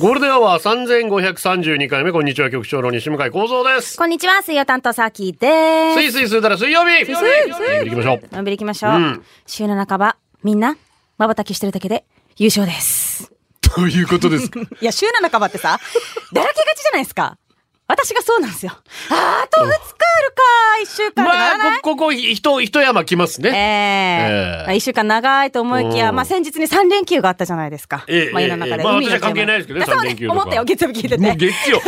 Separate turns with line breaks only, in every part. ゴールデンアワー三千五百三十二回目こんにちは局長の西向井光三です。
こんにちは、水曜担当サーキーで
スイスイするたら水曜日。水曜日行きましょう。
す。のんびり行きましょう。
うん
週の半ば、みんな、瞬きしてるだけで優勝です。
ということ ですか。
いや、週の半ばってさ、 だらけがちじゃないですか。私がそうなんですよ。あー、あと2日あるか、1週間でな
ま
らな
あ
い。
こここひと一山来ます
え
ね。ええ
えまあ一週間長いと思いき
う
や、
ん
まあ先日に3連休があったじゃないですか。
ええ
まあ世の中
ええ
で。
まあ
海の
私は関係ないですけどね
あ そう
三連休とか
思ったよ、月曜日聞いてて。
もう月曜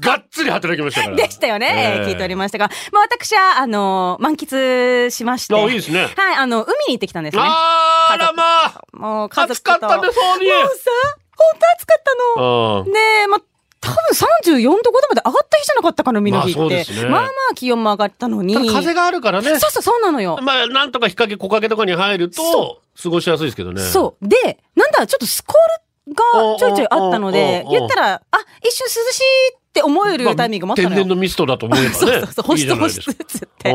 がっつり働きましたから。
でしたよね、
ええ
聞いておりましたが、まあ、私は、あの、満喫しまして。
あいいですね
はい、あの、海に行ってきたんですね。
あーらまあ。
もう家族
暑
と。
かったねそうに
もうさ、本当暑かったの。
うん。
ねえ、まあ、多分34度5度まで上がった日じゃなかったかな、海の日っ
ま
て。
あそうですね
まあまあ気温も上がったのに。
ただ風があるからね。
そうそう、そうなのよ。
まあなんとか日陰木陰とかに入ると過ごしやすいですけどね。
そう。で、なんだ、ちょっとスコールがちょいちょいあったので
お、うおうおうおう
言ったら、あ、一瞬涼しいって思え
ま
る
あ
タイミングもあった
天
のよ。
然のミストだと思えばね。
そうそうそう、保
いいじ
湿
ゃな
保
いです
湿
か
っつって。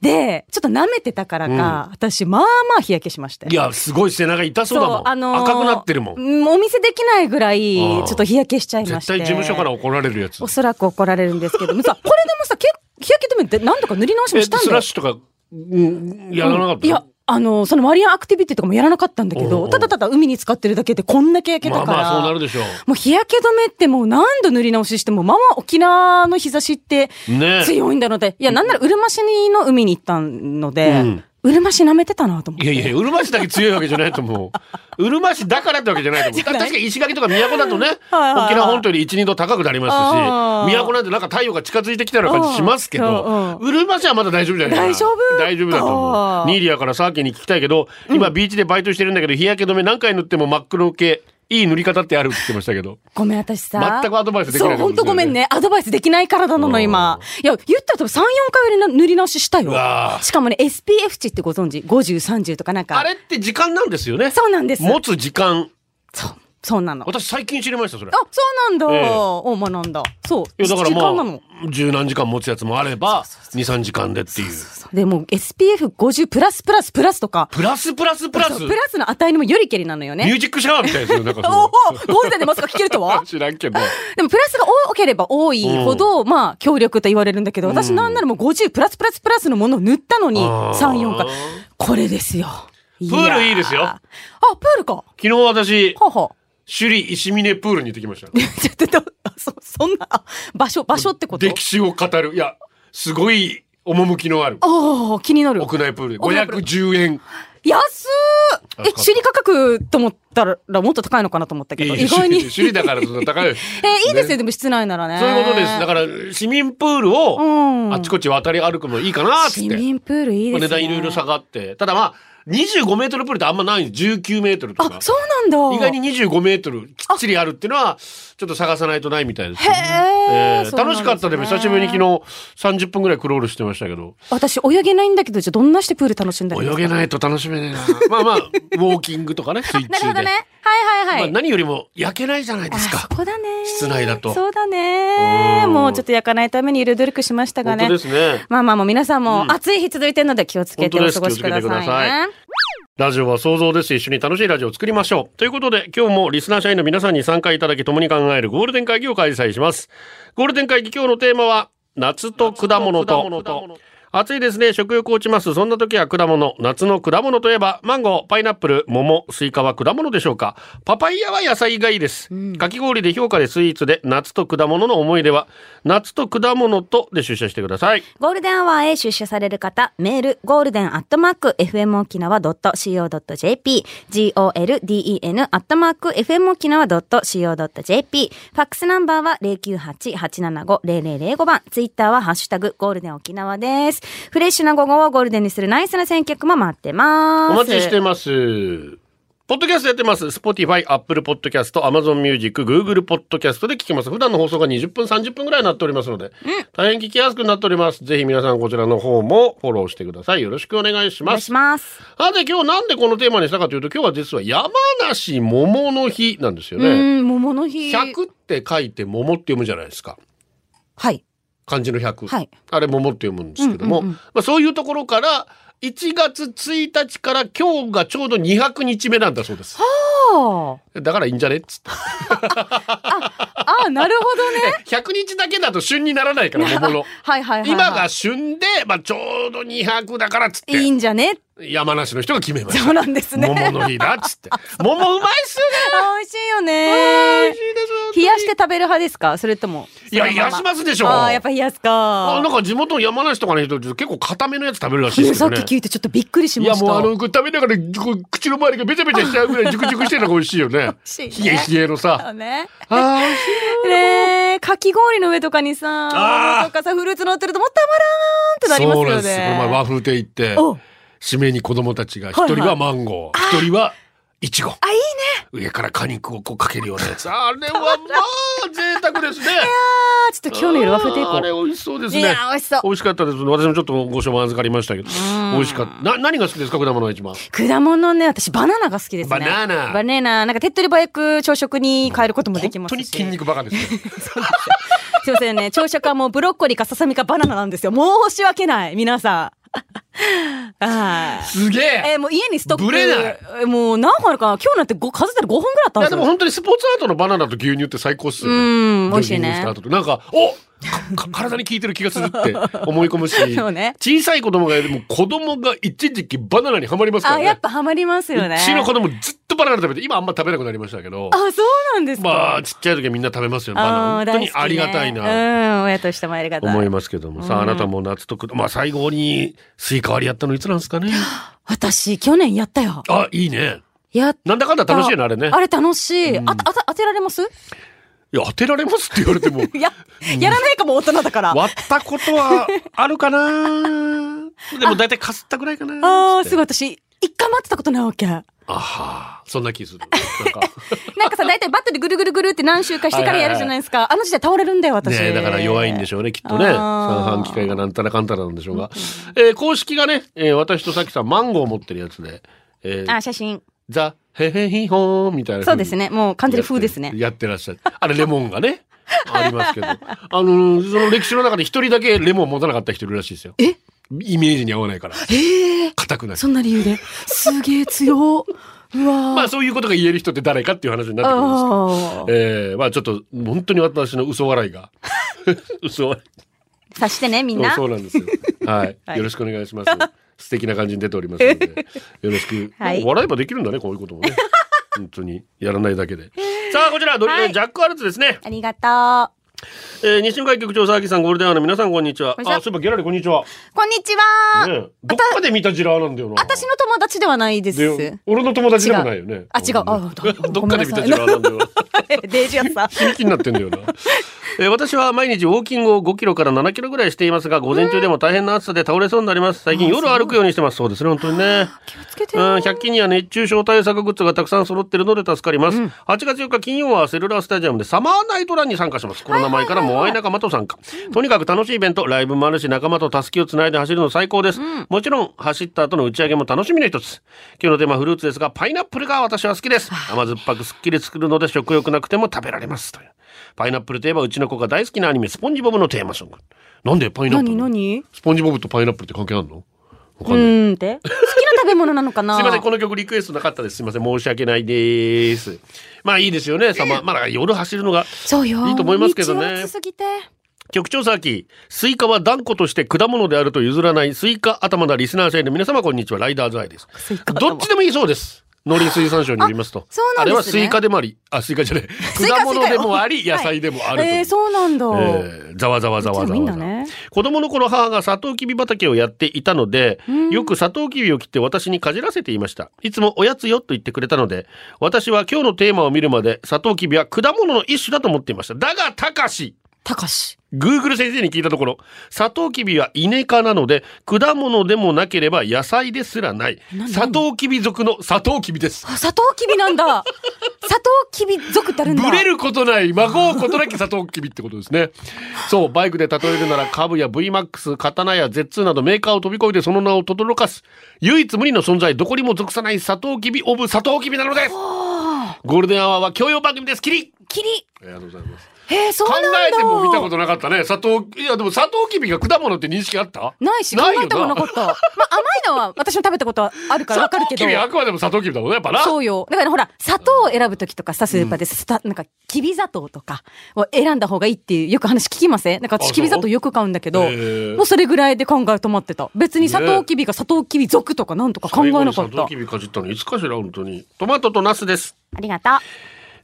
で、ちょっと舐めてたからか、私、まあまあ日焼けしました
うんいや、すごい背中痛そうだもん。
ー
赤くなってるもん。
お見せできないぐらい、ち
う
ょ
ん
っと日焼けしちゃいま
絶
して。
対事務所から怒られるやつ
お。そらく怒られるんですけどもさ、これでもさ、け日焼け止めって何度か塗り直しも
え、
し
ス
たんだ
ラ
よ
ッ。シュとか、うん、やらなかった、
いや、あの、そのマリアンアクティビティとかもやらなかったんだけ
うんう
ど、
ん
ただただ海に使ってるだけでこんだけ焼け
ま
た
あ
か
まあそうな
ら
る。でしょう。
もう日焼け止めってもう何度塗り直ししても、まあまあ沖縄の日差しって
ね
強いんだので、いや、なんならうるま市の海に行ったので
うん、
うるま市舐めてたなと思っ
いや
て。
いや、うるま市だけ強いわけじゃないと思う。うるま市だからってわけじゃないと思う。た確かに石垣とか都だとね、
はいはい
沖縄本島より1、2度高くなりま
あ
す
ー
し、都なんてなんか太陽が近づいてきたような感じしますけど、
うん
うるま市はまだ大丈夫じゃないかな
大丈夫
大丈夫だと思う。
か
ニーリアからサーキーに聞きたいけど、今ビーチでバイトしてるんだけど、日焼け止め何回塗っても真っ黒系、いい塗り方ってあるって言ってましたけど。
ごめん、私さ。
全くアドバイスできないと思
そう、
う
本
んです
当
よね
ごめんね。アドバイスできないからなの、今。いや、言ったら多分3、4回は塗り直ししたよ
うわ。ー
しかもね、SPF 値ってご存知 ?50、30とかなんか。
あれって時間なんですよね。
そうなんです。
持つ時間。
そう、そうなの。あ、
私最近知りました、それ。
そうなんだ。
ええ
お、学んだ。そう。
いやだか
時
ら
間
ま
なの。
あ十何時間持つやつもあれば23時間でっていう
そうでもう SPF50 プラスプラスプラスとか。
プラスプラスプラス
そう
ミ
プラスの値にもよりけりなのよ
ュ
ね。
ージックシャワーみたいですよなんかそ
おお
の
ゴールデンでまさか聞けると は
知らんけど
でもプラスが多ければ多いほど、まあ、強力と言われるんだけど、私なんならもう50プラスプラスプラスのものを塗ったのに、
あ
3
ー、
4回。これですよ。プ
プールいいですよ
あ、プールか。は
昨日私
あ、はあ。
首里石峰プールに行ってきました
ちょっと、あそ、そんな、あ場所、場所ってこと
歴史を語るいやすごい趣のある
おー、気になる。
屋内プールで
屋内プール
510円
安ー
安かっ
え、
た
修理価格と思ったら、もっと高いのかなと思ったけど、
いや
意外に。
首里首里だからそんな高い
え、いいですよ、でも室内ならね。
そういうことですだから市民プール
う
を
ん
あちこち渡り歩くのいいかなっつっ
市
て
民プールいいですね。
値段いろいろ下がってただまあ25メートルプールってあんまないんです19メートルとか
あ、そうなんだ。
意外に25メートルきっちりあるっていうのはちょっと探さないとないみたいですけどね、
へー
えー
そうなん
楽
です
し
ね
かったでも久しぶりに昨日30分ぐらいクロールしてましたけど
私、泳げないんだけど、じゃあどんなしてプール楽しんだらいいです
泳
か
げないと楽しめ ねえなまあまあウォーキングとかね水中で
なるほどね。はいはい
ま
は
あ、
い。
何よりも焼けないじゃないですか
あそこだね。
室内だと
そうだ
う
ね。
ん
もうちょっと焼かないためにいろいろ努力しましたが
本
ね
当で。すね
まあまあもう皆さんも暑い日続いてるので気をつけ
本当
てお
です
過ごしくだ
気をつけてくだ
さい
さ
ね
い。ラジオは想像です一緒に楽しいラジオを作りましょうということで今日もリスナー社員の皆さんに参加いただき共に考えるゴールデン会議を開催しますゴールデン会議今日のテーマは夏と果物と暑いですね食欲落ちますそんな時は果物夏の果物といえばマンゴーパイナップル桃スイカは果物でしょうかパパイヤは野菜がいいです、かき氷で評価でスイーツで夏と果物の思い出は夏と果物とで出社してください
ゴールデンアワーへ出社される方、メール、ゴールデンアットマーク、fmokinawa.co.jp、golden アットマーク、fmokinawa.co.jp、ファックスナンバーは098-875-0005番、ツイッターはハッシュタグ、ゴールデン沖縄です。フレッシュな午後をゴールデンにするナイスな選曲も待ってます。
お待ちしてますポッドキャストやってます。Spotify、Apple Podcast、Amazon Music、Google Podcast で聞きます。普段の放送が20分、30分ぐらいになっておりますので、大変聞きやすくなっております。ぜひ皆さんこちらの方もフォローしてください。よろしくお願いし
お願
ま
い
す
し。ます。
あで今日なんでこのテーマにしたかというと、今日は実は山梨桃の日なんですよ
う
ね。
ーん、桃の日。
100って書いて桃って読むじゃないですか。
はい。
漢字の100。
はい
あれ桃って読むんですけども、
うんうんうん
まあ、そういうところから、1月1日から今日がちょうど200日目なんだそうです。
あ
だからいいんじゃねっつって。
あ、ああ、なるほど ね。
100日だけだと旬にならないから桃の
はいはいはい、はい。
今が旬で、まあ、ちょうど200だからっつっ
いい
て
んじゃね。
山梨の人が決めまし
そう
た
なんですね。
桃の日だっつって桃うまいっすよね
あ美味しいよ
美
ね
味。しいです本 当
冷
に
やして食べる派ですかそれとも。
いや
そのま
冷やしますでしょ
ああ、やっぱ冷やすか。
あなんか地元の山梨とかの人って結構固めのやつ食べるらしいです
さ
よ
っ
ね
き聞いてちょっとびっくりし
い
ま
や
した。
もうあのこれ食べながらこう口の周りがべちゃべちゃしちゃうぐらいジュクジュクしてるのが美味しいよね
しいね
冷え冷えの さ
ね。
あー美味しい
ねえ、かき氷の上とかにさ、
あー
桃とかさ、フルーツ乗ってるともうたまらーんって
そ
なり
う
ま
なんですす
よ
こ
ね。
の前和風亭行って
お
締めに子供たちが
いは
一
い
人はマンゴー一、人はいちご
あ、いいね。
上から果肉をこうかけるようなやつあれはまあ贅沢です ね
あー、ちょっと今日の夜和風亭行こ
あ
う
れ。美味しそうです
い
ね
やー美味しそう
美味しかったです私もちょっとご賞も預かりましたけど美味しかったな何が好きですか果物が一番
果物ね、私バナナが好きですね。
バナナ
バナナ。なんか手っ取り早く朝食に変えることもできま
本
す
当
し。
に筋肉バカですね
すいませんね。朝食はもうブロッコリーかささみかバナナなんですよ。申し訳ない。皆さん。はい。
すげ
え
え
ー、もう家にストック。
ぶれない
えーもう何本あるかな今日なんてご数えたら5本ぐらいあった
い
んで
や
す
で
よ。
も本当にスポーツアートのバナナと牛乳って最高っすよね
うん美味しいね
ジョギングした後となんかおかか体に効いてる気がするって思い込むし
そうね
小さい子供がいるもう子供が一時期バナナにはまりますから
あ、
ね
やっぱハマりますよね。
うちの子供ずっとバナナ食べて今あんま食べなくなりましたけど
あ、そうなんですか。
まあちっちゃい時はみんな食べますよねバナナ
あー
本当にありがたい
大好き
な
ねうん、親としてもありがたい。
思いますけどもさああなたも夏とくまあ最後にスイカ割りやったのいつなんですかね
私、去年やったよ。
あいいね
やっ
なんだかんだ楽しいよねあれね
あれ楽しい。あ、あた、当てられます
いや当てられますって言われても
いや、やらないかも大人だから。あ
割ったことはあるかなでも大体かすったぐらいかな
あー、
つっ
す
て
ごい。私、一回待ってたことないわけ。なん
あはそんな気するなんか
かさ、大体バットでぐるぐるぐるって何周かしてからやるじゃないですか。あの時代倒れるんだよ、 私。
ねえだから弱いんでしょうねきっとね
あー
三半規管がなんたらかんたらなんでしょうが、えー公式がね、えー私とさきさんマンゴー持ってるやつで、えー
あ、写真。
ザ・ヘヘヒホーンみたいな風に。
そうですね。もう完全に風ですね。
やってらっしゃる。あれ、レモンが ね。ありますけど。あのー、その歴史の中で一人だけレモン持たなかった人いるらしいですよ。
え
イメージに合わないから。
ええ
硬くなる。
そんな理由で。すげえ強。うわ
まあ、そういうことが言える人って誰かっていう話になってくるんですけど。
あー。
ええまあちょっと、本当に私の嘘笑い が。嘘笑い。
さしてね、みん
そう
な。
そうなんですよ。はい、
はい
よろしくお願いします。素敵な感じに出ておりますの で、よろしく。
はい
笑えばできるんだね、こういうことも ね。本当にやらないだけで。さあ、こちらドリ、
はい
ジャックアルツですね。
ありがと
えー、西向井局長、佐々木さん、ゴールデンアワーの皆さん、こんにちは。
こんにちは
あ、そういえば、ギャラリー、こんにちは。ね
う。こんにちは。
え、どっかで見たジラーなんだよな。
私の友達ではな いです。
で、俺の友達でもないよね。
あ、違う。あ、
どっかで見たジ
違
ラー
う。
なんだよな。
デイジアさん。
気になってんだよな。 えー私は毎日ウォーキングを5キロから7キロぐらいしていますが、午前中でも大変な暑さで倒れそうになります。最近夜歩くようにしてます。そうですね、本当にね。
気をつけて
うん、
よ。
100均には熱中症対策グッズがたくさん揃ってるので助かります。8月4日金曜はセルラースタジアムでサマーナイトランに参加します。コロナ前からモアイ仲間と参加。とにかく楽しいイベント、ライブもあるし、仲間とたすきをつないで走るの最高です。もちろん、走った後の打ち上げも楽しみの一つ。今日のテーマはフルーツですが、パイナップルが私は好きです。甘酸っぱくすっきり作るので食欲なくても食べられます。というパイナップルといえばうちの子が大好きなアニメ、スポンジボブのテーマソング。なんでパイナップ
何
ル
何
スポンジボブとパイナップルって関係あるのわかん
う
ない。
ーんって。好きな食べ物なのかな
すいません、この曲リクエストなかったです。すいません、申し訳ないです。まあいいですよね、さま、まあだから夜走るのが。
そうよ。
いいと思いますけどね
道を暑すぎて。
局長さき、スイカは断固として果物であると譲らない、スイカ頭なリスナー社員の皆様、こんにちは、ライダーズアイです。
スイカ頭
どっちでもいいそうです。農林水産省によりますと。
そうなんで
あれ
すね
はスイカでもあり、あ、スイカじゃない。
スイカ
果物でもあり、
スイカ
野
よ
菜でもあるという。
えー、そうなんだ。
えーざわざわざわざ
うちらもいいん
わ
だ
ざ
ね
子供の頃母がサトウキビ畑をやっていたので、よくサトウキビを切って私にかじらせていました。いつもおやつよと言ってくれたので、私は今日のテーマを見るまでサトウキビは果物の一種だと思っていました。だが、たかし、
たかし。
Google 先生に聞いたところ、サトウキビはイネ科なので、果物でもなければ野菜ですらない
な。
サトウキビ属のサトウキビです。
あ、サトウキビな んだ。サトウキビ族ってあるんだ。
ブレることない、孫うことなきサトウキビってことですね。そう、バイクで例えるなら、カブや VMAX、刀や Z2 などメーカーを飛び越えてその名を轟かす、唯一無二の存在、どこにも属さないサトウキビオブサトウキビなのですゴールデンアワーは教養番組です、キリ
きり。
ありがとうございます。
へえ、そう
考
なんだ。
えても見たことなかったね。砂糖、いやでも砂糖キビが果物って認識あった
ないし、考
ないよ
えたもなかった。まあ、甘いのは私も食べたことはあるからわかるけど
砂糖キビ。あくまでも砂糖キビだもんね、やっぱな。
そうよ。だからほら、砂糖を選ぶときとかさ、スーパーで、さなんか、きび砂糖とかを選んだ方がいいっていう、よく話聞きませんなんか
あ
私、
そう
きび砂糖よく買うんだけど、
へー
もうそれぐらいで考え止まってた。別に砂糖きびが砂糖きび族とかなんとか考えなか
砂
っ
糖
た
キ。ビかじったのいつかしら、本当に。トマトとナスです。
ありがとう。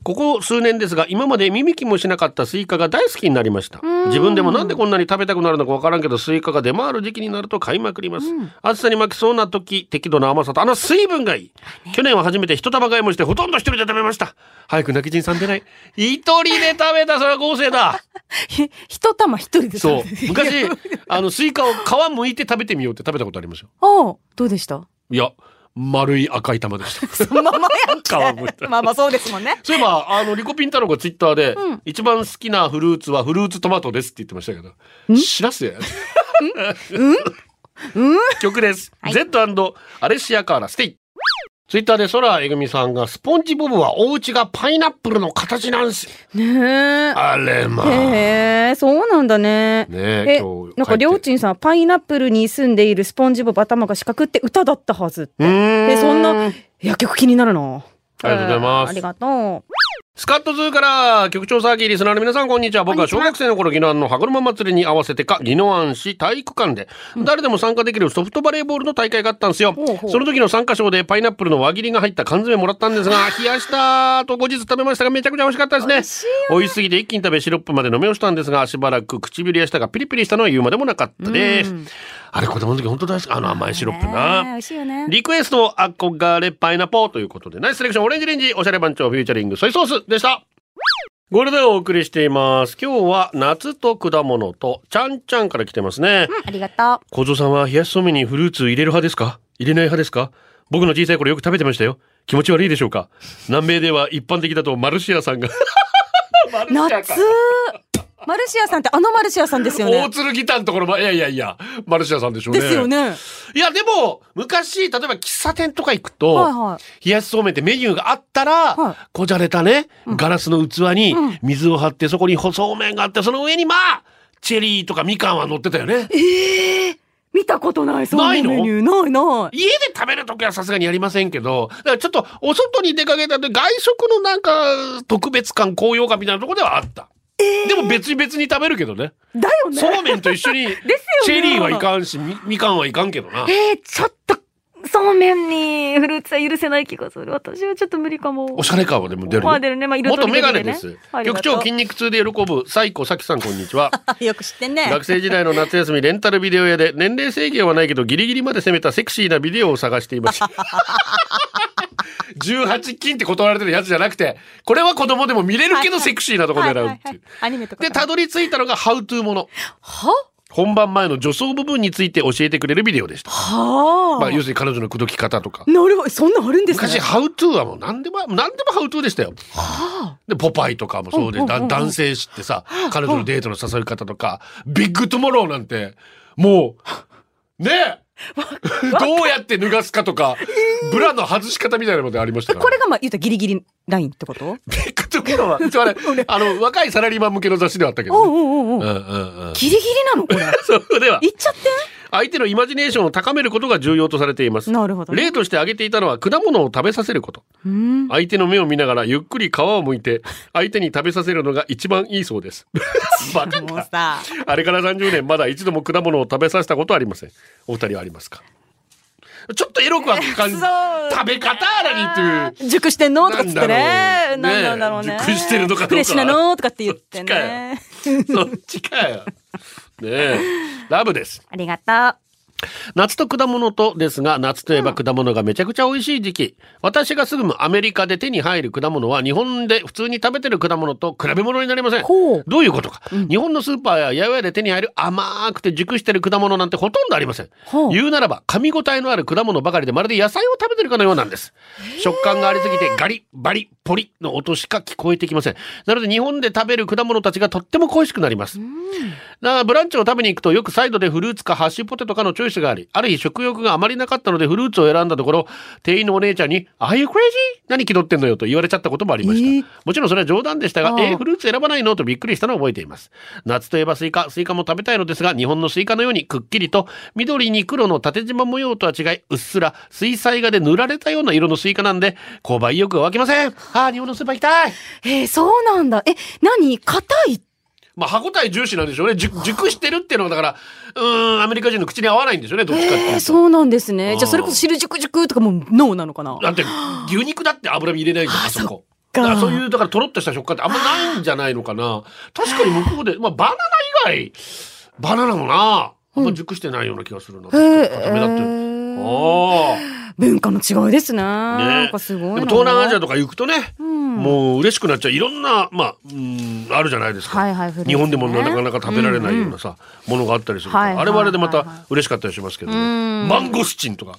ここ数年ですが今まで見向きもしなかったスイカが大好きになりました自分でもなんでこんなに食べたくなるのかわからんけどスイカが出回る時期になると買いまくります、暑さに負けそうな時適度な甘さとあの水分がいい、去年は初めて一束買いもしてほとんど一人で食べました早く泣き人さん出ない一人で食べたそれは合成だ
ひ一玉一人で食
そ う
べてる
昔あのスイカを皮剥いて食べてみようって食べたことありますよ
おうどう でした
いや丸い赤い玉でした
そのままやんけ
皮むいた
まあまあそうですも んね。
そういえば、あの、リコピン太郎がツイッターで、
うん
一番好きなフルーツはフルーツトマトですって言ってましたけど、知らせ。うん曲です。Z& アレシアカーラステイ。ツイッターで空えぐみさんが、スポンジボブはお家がパイナップルの形なんす。
ね
あれまあ。
え。
ね
へえ、そうなんだね。
え、
え
今日帰って。
なんかりょうちんさんパイナップルに住んでいるスポンジボブ頭が四角って歌だったはずって
うーん
えそんないや曲気になるな
ありがとうございます
ありがとう
スカットズーから局長サーキーリスナーの皆さんこんにちは僕は小学生の頃宜野湾の歯車祭りに合わせてか宜野湾市体育館で誰でも参加できるソフトバレーボールの大会があったんですよ
ほうほう
その時の参加賞でパイナップルの輪切りが入った缶詰もらったんですが冷やしたと後日食べましたがめちゃくちゃ美味しかったですね美味しすぎて一気に食べシロップまで飲み干したんですがしばらく唇や舌がピリピリしたのは言うまでもなかったですあれ子供の時本当大好きあの甘いシロップな、
ねえ美味しいよね
リクエストを憧れパイナポーということで、ナイスセレクションオレンジレンジ、おしゃれ番長フューチャリングソイソースでした。これでお送りしています。今日は夏と果物とちゃんちゃんから来てますね。
うんありがと
小僧さんは冷やしそうめんにフルーツ入れる派ですか入れない派ですか僕の小さい頃よく食べてましたよ。気持ち悪いでしょうか南米では一般的だとマルシアさんが。マ
う夏マルシアさんってあのマルシアさんですよ
大
ね
鶴ギターのところま、いやいやいや、マルシアさんでしょうね。
ですよ。ね
いや、でも、昔、例えば喫茶店とか行くと、
はいはい
冷やしそうめんってメニューがあったら、
はい
こじゃれたね、ガラスの器に
うん
水を張って、そこに細そうめんがあって、その上にまあ、チェリーとかみかんは乗ってたよね。
ええ見たことないそんな
ない
メ
の
ニューないない
家で食べるときはさすがにやりませんけど、だからちょっとお外に出かけたって外食のなんか特別感、高揚感みたいなところではあった。でも別に別に食べるけどね。
だよね
そうめんと一緒 に、チェリーはいかんし、みみかんはいかんけどな。
えー、ちょっと、そうめんにフルーツは許せない気がする。私はちょっと無理かも。
おしゃれ感はでも出る
ま
よ
あ。出るね。まあ、色と
元
りどり
メガネ
でね
です。
ありが
局
とう
長筋肉痛で喜ぶ、西郷咲さんこんにち は。
よく知ってんね
学生時代の夏休みレンタルビデオ屋で年齢制限はないけどギリギリまで攻めたセクシーなビデオを探してい ました18禁って断られてるやつじゃなくてこれは子供でも見れるけどセクシーなとこ
はい
狙
は
う
い
っ
は
てい。
いうアニメとか
でたどり着いたのが「ハウトゥーもの
は」
本番前の女装部分について教えてくれるビデオでした、
はあ
まあ、要するに彼女の口説き方とか
なるほどそんなんあるんですね
昔「ハウトゥーはもう何でも何でも「ハウトゥーでしたよで「ポパイ」とかもそうで、
うんうん
だ
うんうん
男性誌ってさ彼女のデートの誘い方とか「ビッグトゥモロー」なんてもうねえどうやって脱がすかとかブラの外し方みたいなのでありましたから
これがまあ言うとギリギリラインってこと
ビッグトゥモロ ーは そうあれあの若いサラリーマン向けの雑誌ではあったけ
おう
どね
おうおう
う
お
んう
う
んうん
ギリギリなのこ れ
そこでは
言っちゃって
相手のイマジネーションを高めることが重要とされています
なるほどね
例として挙げていたのは果物を食べさせること
うん
相手の目を見ながらゆっくり皮を剥いて相手に食べさせるのが一番いいそうです バカ
もう
だ
さ
あれから30年まだ一度も果物を食べさせたことはありませんお二人はありますかちょっとエロくは 感じ食べ方あらにっていう
熟してんのとかつって
なんだろうね
ね。なんなんだろうね。
熟してるのかどうか
フレッシュなのとかって言ってね。
そっちかよねえラブです
ありがと
夏と果物とですが、夏といえば果物がめちゃくちゃ美味しい時期。私が住むアメリカで手に入る果物は日本で普通に食べてる果物と比べ物になりません。
ほう
どういうことか、日本のスーパーや八百屋で手に入る甘くて熟してる果物なんてほとんどありません。
ほう
言うならば噛み応えのある果物ばかりでまるで野菜を食べてるかのようなんです。食感がありすぎてガリ、バリ、ポリの音しか聞こえてきません。なので日本で食べる果物たちがとっても恋しくなります。だからブランチを食べに行くとよくサイドでフルーツかハッシュポテトかのチョイスがあり、ある日食欲があまりなかったのでフルーツを選んだところ、店員のお姉ちゃんに、Are you crazy? 何気取ってんのよと言われちゃったこともありました。
えー
もちろんそれは冗談でした
あ
が、
あ
えーフルーツ選ばないのとびっくりしたのを覚えています。夏といえばスイカ、スイカも食べたいのですが、日本のスイカのようにくっきりと、緑に黒の縦縞模様とは違い、うっすら水彩画で塗られたような色のスイカなんで、購買意欲が湧きません。ああ、日本のスーパー行きたい。
えー、そうなんだ。え、何硬い
まあ、歯応え重視なんでしょうね。熟熟してるっていうのは、だから、うーん、アメリカ人の口に合わないんでしょうね、どっちかっていうと。
えー、そうなんですね。じゃ
うん
あ、それこそ汁熟熟とかもノーなのかな
だって、牛肉だって油身入れないじゃん、あそこ。
そっ
だ
か
からそういう、だから、とろっとした食感ってあんまないんじゃないのかな。確かに向こうで、まあ、バナナ以外、バナナもな、あんま熟してないような気がするな。
へ
確
え
かに固めだって。ああ。
文化の違いです
ね
ね。なんかすごいな。
でも東南アジア
と
とか行くとね、もう嬉しくなっちゃういろんなまあうんあるじゃないですか、
はいはいフルーツね
日本でもなかなか食べられないようなさ、ものがあったりするから、
はいはい
あれはあれでま
はいは
た嬉しかったりしますけどね、マンゴスチンとか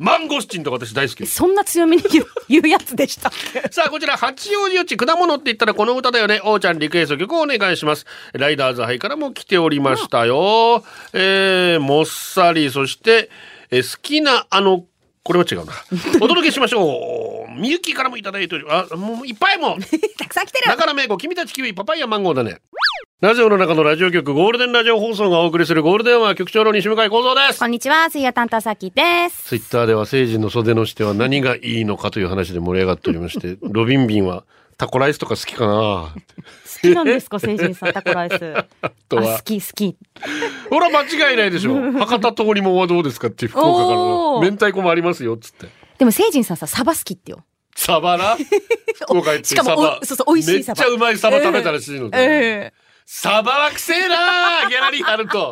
マンゴスチンとか私大好きです
そんな強めに言う 言うやつでしたっけ。
さあ、こちら、八王子よち果物って言ったらこの歌だよね。おーちゃんリクエスト曲をお願いします。ライダーズハイからも来ておりましたよ。えー、もっさり、そして、えー好きな、あの、これは違うな。お届けしましょう。みゆきからもいただいており、あ、もういっぱいもう。
たくさん来てる
中野名子、君たちキウイ、パパイヤ、マンゴーだね。ラジオの中のラジオ局、ゴールデンラジオ放送がお送りするゴールデンは局長の西向井幸三です。
こんにちは、水曜担当さきです。
ツイッターでは成人の袖の下は何がいいのかという話で盛り上がっておりまして、 ロビンビンはタコライスとか好きかな
好きなんですか、成人さん、タコライス。あ
とは
好き、好き。
ほら、間違いないでしょ。博多通りもんはどうですかっていう福岡からの
おー
明太子もありますよ、っつって。
でも、成人さんさ、サバ好きってよ。
サバ な福岡行って
しかも
サバ
おそうそう美味しいサバ
めっちゃうまいサバ食べたらしいので。
え
サバはくせえなギャラリーあると。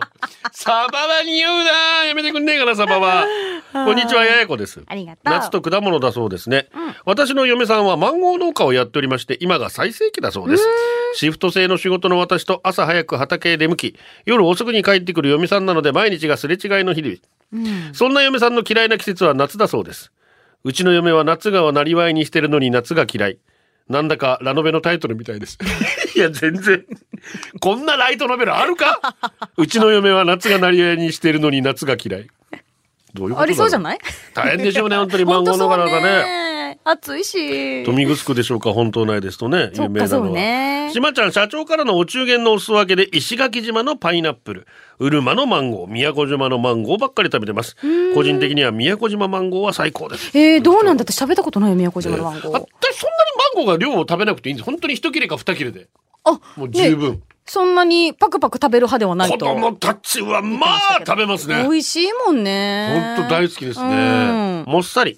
サバは匂うなやめてくんねえかな、サバ は。こんにちは、ややこです。
ありがとう。
夏と果物だそうですね、私の嫁さんはマンゴー農家をやっておりまして今が最盛期だそうですシフト制の仕事の私と朝早く畑へ出向き夜遅くに帰ってくる嫁さんなので毎日がすれ違いの日々、そんな嫁さんの嫌いな季節は夏だそうですうちの嫁は夏がをなりわいにしてるのに夏が嫌いなんだかラノベのタイトルみたいです いや全然こんなライトノベルあるかうちの嫁は夏がなりわいにしてるのに夏が嫌いどういうことだろ
ありそうじゃない
大変でしょうね、 本当にマンゴーの柄がね。
ね。暑いし。
富城区でしょうか、本島内ですとね、
そ
有
っ
名な
か、そう
のは。
ね。
島ちゃん社長からのお中元のお裾分けで石垣島のパイナップルうるまのマンゴー宮古島のマンゴーばっかり食べてます個人的には宮古島マンゴーは最高です
えー、どうなんだって喋ったことないよ、宮古島のマン
私そん
ゴ
な
ー
に。マンゴーが量を食べなくていいんです本当に一切れか二切れで
あ、
もう十分、
ねそんなにパクパク食べる派ではない
子
と。
供たちはまあ食べますね
美味しいもんね。
本当大好きですね。もっさり。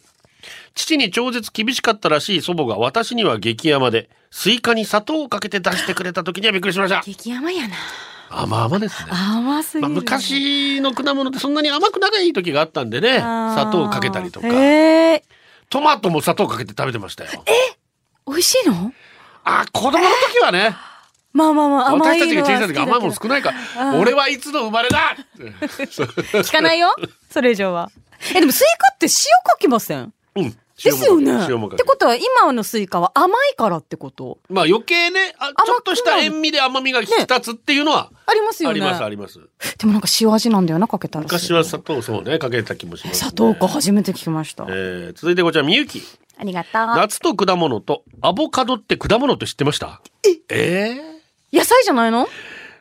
父に超絶厳しかったらしい祖母が私には激甘で、スイカに砂糖をかけて出してくれた時にはびっくりしました。
激甘やな。
甘々ですね。
甘すぎ
まあ、
る。
昔の果物ってそんなに甘くない時があったんでね、
あー
砂糖をかけたりとか、
へえ。
トマトも砂糖かけて食べてましたよ。
美味しいの
あ、子供の時はね、
まあまあまあ、甘
私
い
たちが小
のは好き
さ
だ
い時
けど
甘いもの少ないから、俺はいつの生まれだ
聞かないよ。それ以上は。 え、でもスイカって塩かきません
うん。
で
塩も
すよね。
かけ塩も
っ
か
て
け
ことは今のスイカは甘いからってこと
まあ余計ね、あ
甘くない
ちょっとした塩味で甘みが引き立つっていうのは、
ありますよ
あ
ね。
りますあります。
でもなんか塩味なんだよな、かけたら。
昔は砂糖そうねかけた気もします、ね。
砂糖か。初めて聞きました。
えー、続いてこちらみゆき。
ありがとう。
夏と果物とアボカドって果物って知ってました？ええ
野菜じゃないの
ー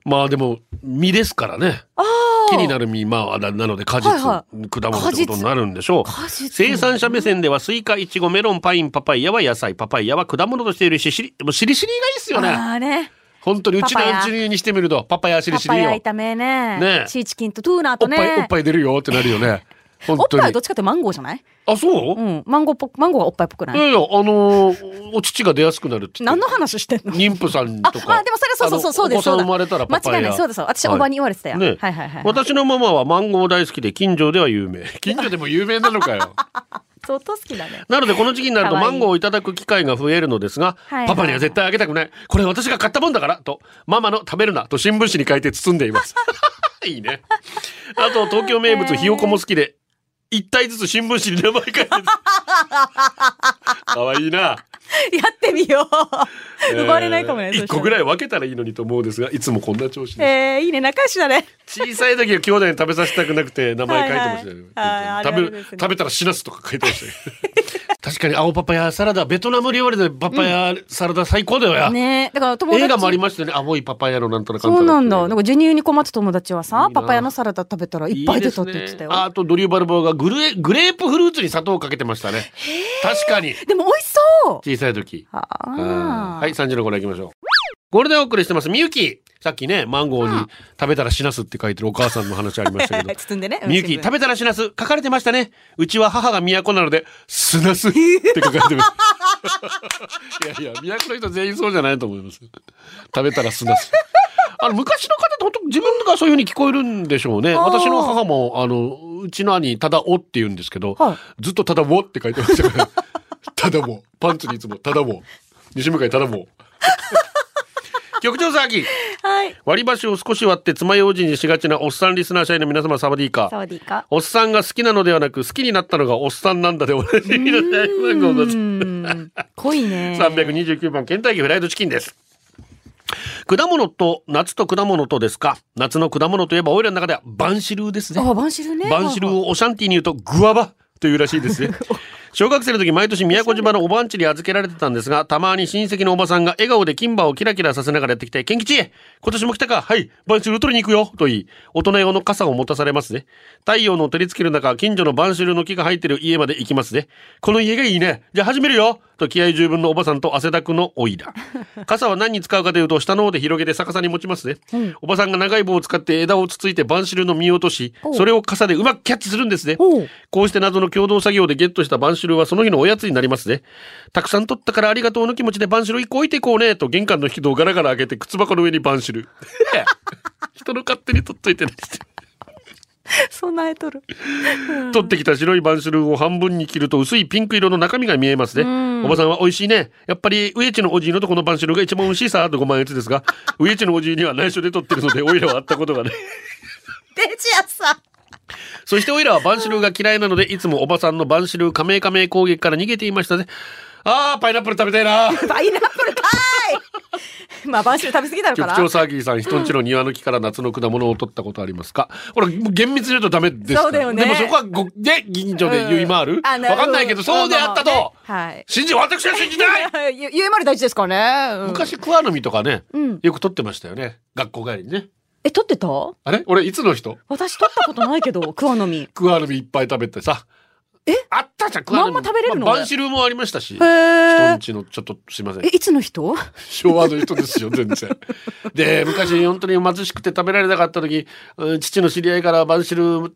まあでも実ですからね。
ああ。
気になる実まあななので果実、
はいは
果物ってことになるんでしょう。
果実
生産者目線ではスイカ、イチゴ、メロン、パイン、パパイヤは野菜、パパイヤは果物としているし、しりもうしりしりがいいですよね。
あれ。
本当にうちの
パパイヤ
うちにしてみるとパパイヤしり
パ
し
パ
りよ。
ヤ炒めね。
ね
チーチキンとトゥーナー
お
と
っぱいお
ね
っ。ぱい出るよってなるよね。本
おっ
当
ぱ
に
いはどっちかってマンゴーじゃない
あ、そう、
う
い
ん。マンゴーっぽマンゴーがおっぱいっぽくない、
やいや、あのーお乳が出やすくなるって言って。
何の話してんの
妊婦さん
あ、
とか。
あ、でもそれそうそうそう、そうです。
あ
そう
のお子さん生ま
だ
れたらパパイヤ
間違いない、そうです。私、
はい
おばに言われてたよ。
ね
はいはいはい。
私のママはマンゴー大好きで近所では有名。 近所でも有名なのか よ。
相当好きだね。
なのでこの時期になると
かわい
マ
い
ンゴーをいただく機会が増えるのですが、
はいはい
パパには絶対あげたくない。これ私が買ったもんだからと、ママの食べるなと新聞紙に書いて包んでいます。 いいね。あと東京名物ひよこも好きで、一体ずつ新聞紙に名前書いてる。 かわいいな。
やってみよう。 奪われないかもね。
1個ぐら
い。
い分けたらいいのにと思うんですが、いつもこんな調子です。
えー、いいね、仲良しだね。
小さい時は兄弟に食べさせたくなくて名前書いてましたよね。
はいはいはい
食べ
あるあるですね
食べたらシナスとか書いてましたよ 確かに青パパやサラダベトナム料理でパパやサラダ最高だよや。
ねだから友達。
映画もありましたよね青いパパやのなんとなく
そうなんだ。なん
か
か、授乳に困った友達は
い
さ
い、な
パパヤのサラダ食べたらいっぱい出たって言ってたよ。
ああとドリューバルボーがグレグレープフルーツに砂糖をかけてましたね。確かに
でも、美味しそう
小さい時。
あ
は
あ。。
い、3時のコーナー行きましょう。ゴールデンお送りしてます。みゆきさっきね、マンゴーに食べたらシナスって書いてるお母さんの話ありましたけど
包んでね。
みゆき、食べたらしなす、書かれてましたね。うちは母が都なので、すなすって書かれてます。い やいや、都の人全員そうじゃないと思います。食べたらすなす。あの、昔の方って本当自分がそういう風に聞こえるんでしょうね。
あー
私の母も、あの、うちの兄、ただおって言うんですけど、
は
ずっとただおって書いてましたから、ただも、パンツにいつもただも、西向井ただも。 局長さんき
はい。
割り箸を少し割って爪楊枝にしがちなおっさんリスナー社員の皆様サワディーカー
サ。ワディーか。
おっさんが好きなのではなく好きになったのがおっさんなんだでおなじみの大番号
う
ござい
ーん。濃いね。
ます329番ケンタッキーフライドチキンです果物と夏と果物とですか夏の果物といえばオイラの中ではバンシルーですね
あ、バンシルね。
バンシルーをオシャンティーに言うとグワバというらしいです ね小学生の時毎年宮古島のおばんちに預けられてたんですがたまに親戚のおばさんが笑顔で金歯をキラキラさせながらやってきて「賢吉今年も来たかはいバンシルー取りに行くよ」と言い大人用の傘を持たされますね太陽の照りつける中近所のバンシルーの木が入ってる家まで行きますねこの家がいいねじゃあ始めるよと気合十分のおばさんと汗だくのおいら 傘は何に使うかというと下の方で広げて逆さに持ちますね、おばさんが長い棒を使って枝をつついてバンシルーの実を落とし
おう
それを傘でうまくキャッチするんですね
おう
こうして謎の共同作業でゲットしたバンシルーはその日のおやつになりますね。たくさん取ったからありがとうの気持ちでバンシルー一個置いていこうね、と玄関の引き戸をガラガラ開けて靴箱の上にバンシルー。人の勝手に取っといてないして。
備えとる。
取ってきた白いバンシルーを半分に切ると薄いピンク色の中身が見えますね。おばさんは美味しいね。やっぱりウエチのおじいのとこのバンシルーが一番美味しいさ、とご満悦ですが、ウエチのおじいには内緒で取ってるので、おいらは会ったことがない。
デジヤさん。
そしてオイラはバンシルーが嫌いなので、いつもおばさんのバンシルー加盟加盟攻撃から逃げていましたね。あー、パイナップル食べたいな。
パイナップルか ーいまあ、バンシル食べ過ぎたのか
局
な
長サーギーさん、人んちの庭の木から夏の果物を取ったことありますかこれ、もう厳密に言うとダメですから
そうだよね
でもそこはご、ね、銀所で言い回る
あ
わ、
なるほど
かんないけど、そうであったと、
はい。
信じ、私は信じない
ゆゆえまる大事ですからね。うん
昔、桑の実とかね、
うん
よく取ってましたよね。学校帰りにね。
え、取ってた
あれ俺、いつの人
私取ったことないけ ど、クワの実。
桑の実いっぱい食べてさ。えあったじゃん、桑の実。
まんま食べれるの
まあバンシルもありましたし。
へ
人ん
え。
ちの、ちょっと、すいません
え、。いつの人
昭和の人ですよ、全然。で、昔、本当に貧しくて食べられなかった時、うん父の知り合いからバンシルを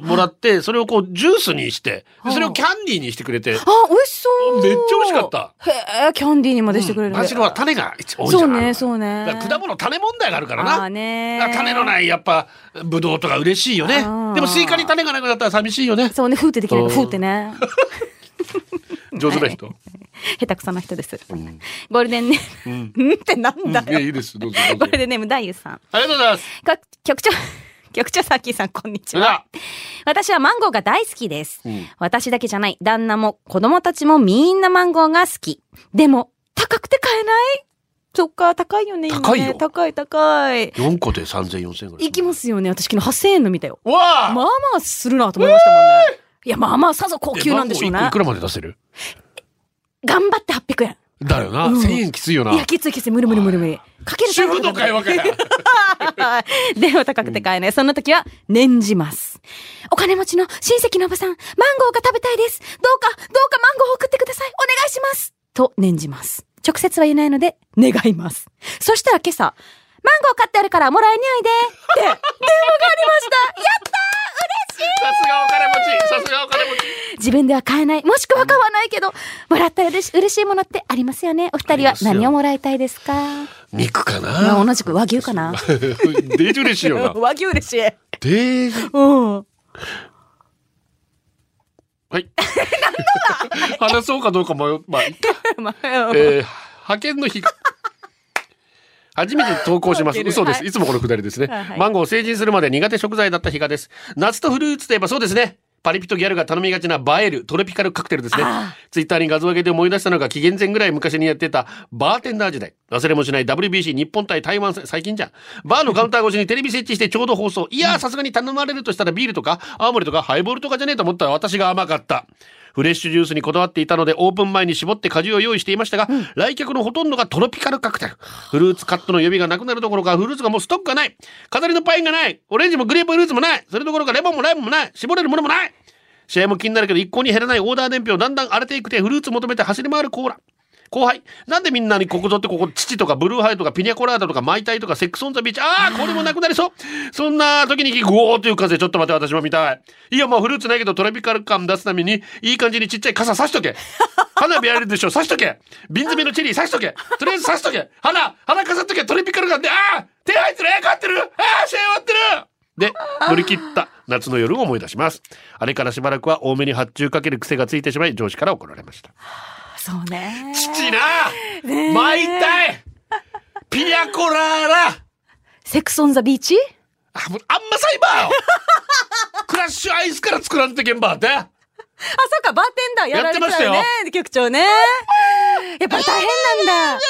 もらって、それをこう、ジュースにして、でそれをキャンディーにしてくれて、めっち
あ、美味しそう。
ゃ美味しかっ。た。
へえ、キャンディーにまでしてくれるんだ
バンシルは種が一多いじゃん。
そうね、そう
だか。
ね
ら果物種問題があるから
あ
な。
ーね
だから種のない、やっぱ、ブドウとか嬉しいよね
うん。
でも、スイカに種がなくなったら寂しいよね。
そうね、ふーってできないから、
う
ふ
ん
ーってね。
上手な人。
下手くそな人です。ゴールデンネーム。うんってなんだ
いや、い
よ。
いです。どうぞどう
ゴ
ぞ
ー。ルデンネーム、ダイユさん。
ありがとうございます。
か局長、 局長サッキーさん、こんにち
それで
は
は。
私はマンゴーが大好きです。
うん
私だけじゃない、旦那も子供たちもみんなマンゴーが好き。でも、高くて買えないそっか、高いよね、今ね
高いよ
高い、高い。
4個で3000、4000ぐらい。
いきますよね。私昨日8000円の見たよ。
わ
ま
あ
あまあするなと思いましたもんね。いや、まあまあ、さぞ高級なんでしょう
えマンゴー一個い
ね
く。らまで出せる
頑張って800円。
だよな、
うん
1000円きついよない
や、きついきつい、無理無理無理無理。かける
主婦の会話かよ
でも高くて買えない。そんな時は、念じます。お金持ちの親戚のおばさん、マンゴーが食べたいです。どうか、どうかマンゴーを送ってください。お願いします。と念じます。直接は言えないので、願います。そしたら今朝、マンゴー買ってあるからもらえにゃいで。って、電話がありました。やったー嬉しい
すがお金持ちさすがお金持ち
自分では買えない、もしくは買わないけど、もらったら嬉し嬉しいものってありますよね。お二人
あり
は
ますよ
何をもらいたいですか
肉か
まあ
な
同じく和牛かな
デージ嬉しいよな
和牛嬉しい。
デージ
うん。
はい 話そうかどうか迷うまあいっか
まあうん
えー派遣 の日が初めて投稿しま
い
す。
ける
嘘です。
はい
いつもこのくだりですね
あは。い
マンゴーを成人するまで苦手食材だった日がです。夏とフルーツといえばそうですね。パリピとギャルが頼みがちな映えるトロピカルカクテルですね
あ。
ツイッターに画像を上げて思い出したのが紀元前ぐらい昔にやってたバーテンダー時代。忘れもしない WBC 日本対台湾戦最近じゃん。バーのカウンター越しにテレビ設置してちょうど放送。いやーさすがに頼まれるとしたらビールとか青森とかハイボールとかじゃねえと思ったら私が甘かった。フレッシュジュースにこだわっていたのでオープン前に絞って果汁を用意していましたが、来客のほとんどがトロピカルカクテルフルーツカットの呼びがなくなるどころかフルーツがもうストックがない飾りのパインがないオレンジもグレープフルーツもないそれどころかレモンもライムもない絞れるものもない試合も気になるけど一向に減らないオーダー伝票だんだん荒れていくてフルーツ求めて走り回るコーラ後輩なんでみんなにここぞってここ父とかブルーハイとかピニャコラーダとかマイタイとかセックスオンザビーチああこれもなくなりそうそんな時に聞くおーという風ちょっと待って私も見たいいやもうフルーツないけどトロピカル感出すためにいい感じにちっちゃい傘さしとけ花火あるでしょ刺しとけ瓶詰めのチェリー刺しとけとりあえず刺しとけ花花飾っとけトリピカルガンでああ手入ってるえー勝ってるああ試合終わってるで乗り切った夏の夜を思い出しますあれからしばらくは多めに発注かける癖がついてしまい上司から怒られました
そうね。
父な参りたいピニャコラーラ
セックスオンザビーチ
あもうあんまサイバー よクラッシュアイスから作らんといけんばって
あ、そうか、バーテンダーやられてたよ
や
ね
っ。
局長ね。やっぱり大変なんだ。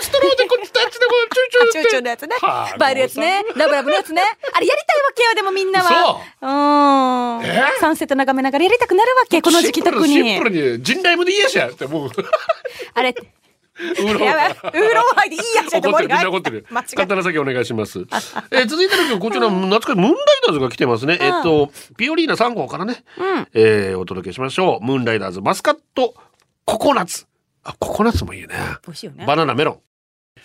ストローでこっちタッチでこうチューチ
中
ューって
長のやつね。バイルやつね。ラブラブのやつね。あれやりたいわけよ、でもみんなは。う
え
ん。サンセット眺めながらやりたくなるわけ、この時期特
シン
に
プ。ルに、人来もでいいやしやって、もう。
あれ、
ウーロン
や ばい。ウーロンハイでいいやつやと
怒
思
って
う
る、み
よ
んな怒ってる。
間違え
簡
た。
単な先お願いし ます。えー続いての曲、こちら、懐かしい、ムーンライダーズが来てますね。えっと、ピオリーナ3号からね、えーお届けしましょう。ムーンライダーズ、マスカット、ココナッツ。あ、ココナッツもいいね。
美味しいよね。
バナナ、メロン。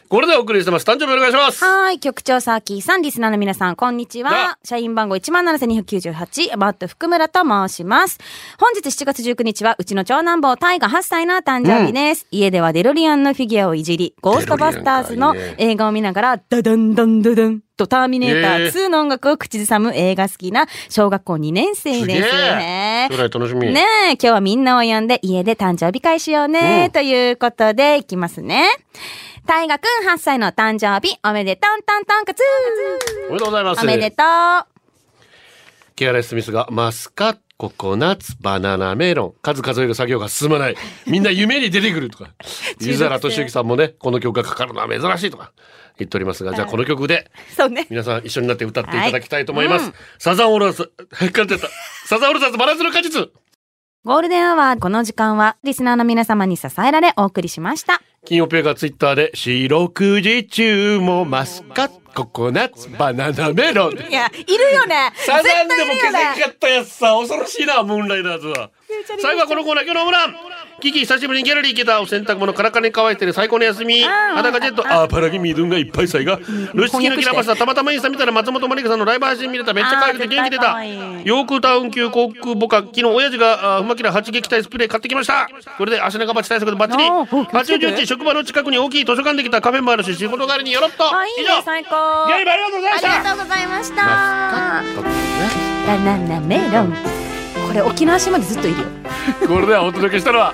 これでお送りしてます。誕生日お願いします。
はーい、局長サーキーさん、リスナーの皆さん、こんにち
だ
は。社員番号17,298、マット福村と申します。本日7月19日は、うちの長男坊、タイが8歳の誕生日です。家ではデロリアンのフィギュアをいじり、ゴーストバスターズの
デロリアンか
映画を見ながら、ダダンダンダダンとターミネータ
えー
ー2の音楽を口ずさむ映画好きな小学校2年生です
すげえ
ね。
将来楽しみ。
ねえ、今日はみんなを呼んで家で誕生日会しようね、
うん
ということで、いきますね。大河くん8歳の誕生日、おめでとんとんとんかつ
おめでとうございます。
おめでとう。あ
ケアレス・スミスがマスカット、ココナッツ、バナナ、メロン。数数える作業が進まない。みんな夢に出てくると か。
生
湯沢敏之さんもね、この曲がかかるのは珍しいとか言っておりますが、じゃあこの曲で
そうね。
皆さん一緒になって歌っていただきたいと思います。サザンオールス、 噛んじゃった。サザンオールスバランスの果実。
ゴールデンアワー、この時間は、リスナーの皆様に支えられお送りしました。
金曜ペイがツイッターで、四六時中もマスカット、ココナッツ、バナナ、メロン。
いや、いるよね。
サザン
絶
で
対い
も
る
消せ
よ
ん
ね。
かったやつさ恐ろしいなムーンライダーズは最後はこのコーナー今日のホームランキキ久しぶりにギャラリー行けたお洗濯物カラカラに乾いてる最高の休み裸ジェットあーパラギミードゥンがいっぱいさいが露出機のキラパスだたまたまインスタ見たら松本まりかさんのライブ配信見れためっちゃ可愛くて元気出た
あー絶対可愛い
よく歌うん級航空母艦昨日親父があーふまきら八撃退スプレー買ってきましたこれで足長鉢対策でバッチリ
あーほう
八王子うち職場の近くに大きい図書館できたカフェもあるし仕事帰りによろっと
あ、いい
以
ね
上、
最高。
ギャリバありがとうございま
あ
し
り
た
がとうございまし
マ
た。
スカットね
バナナメロン。これ沖縄市までずっといるよ。
これではお届けしたのは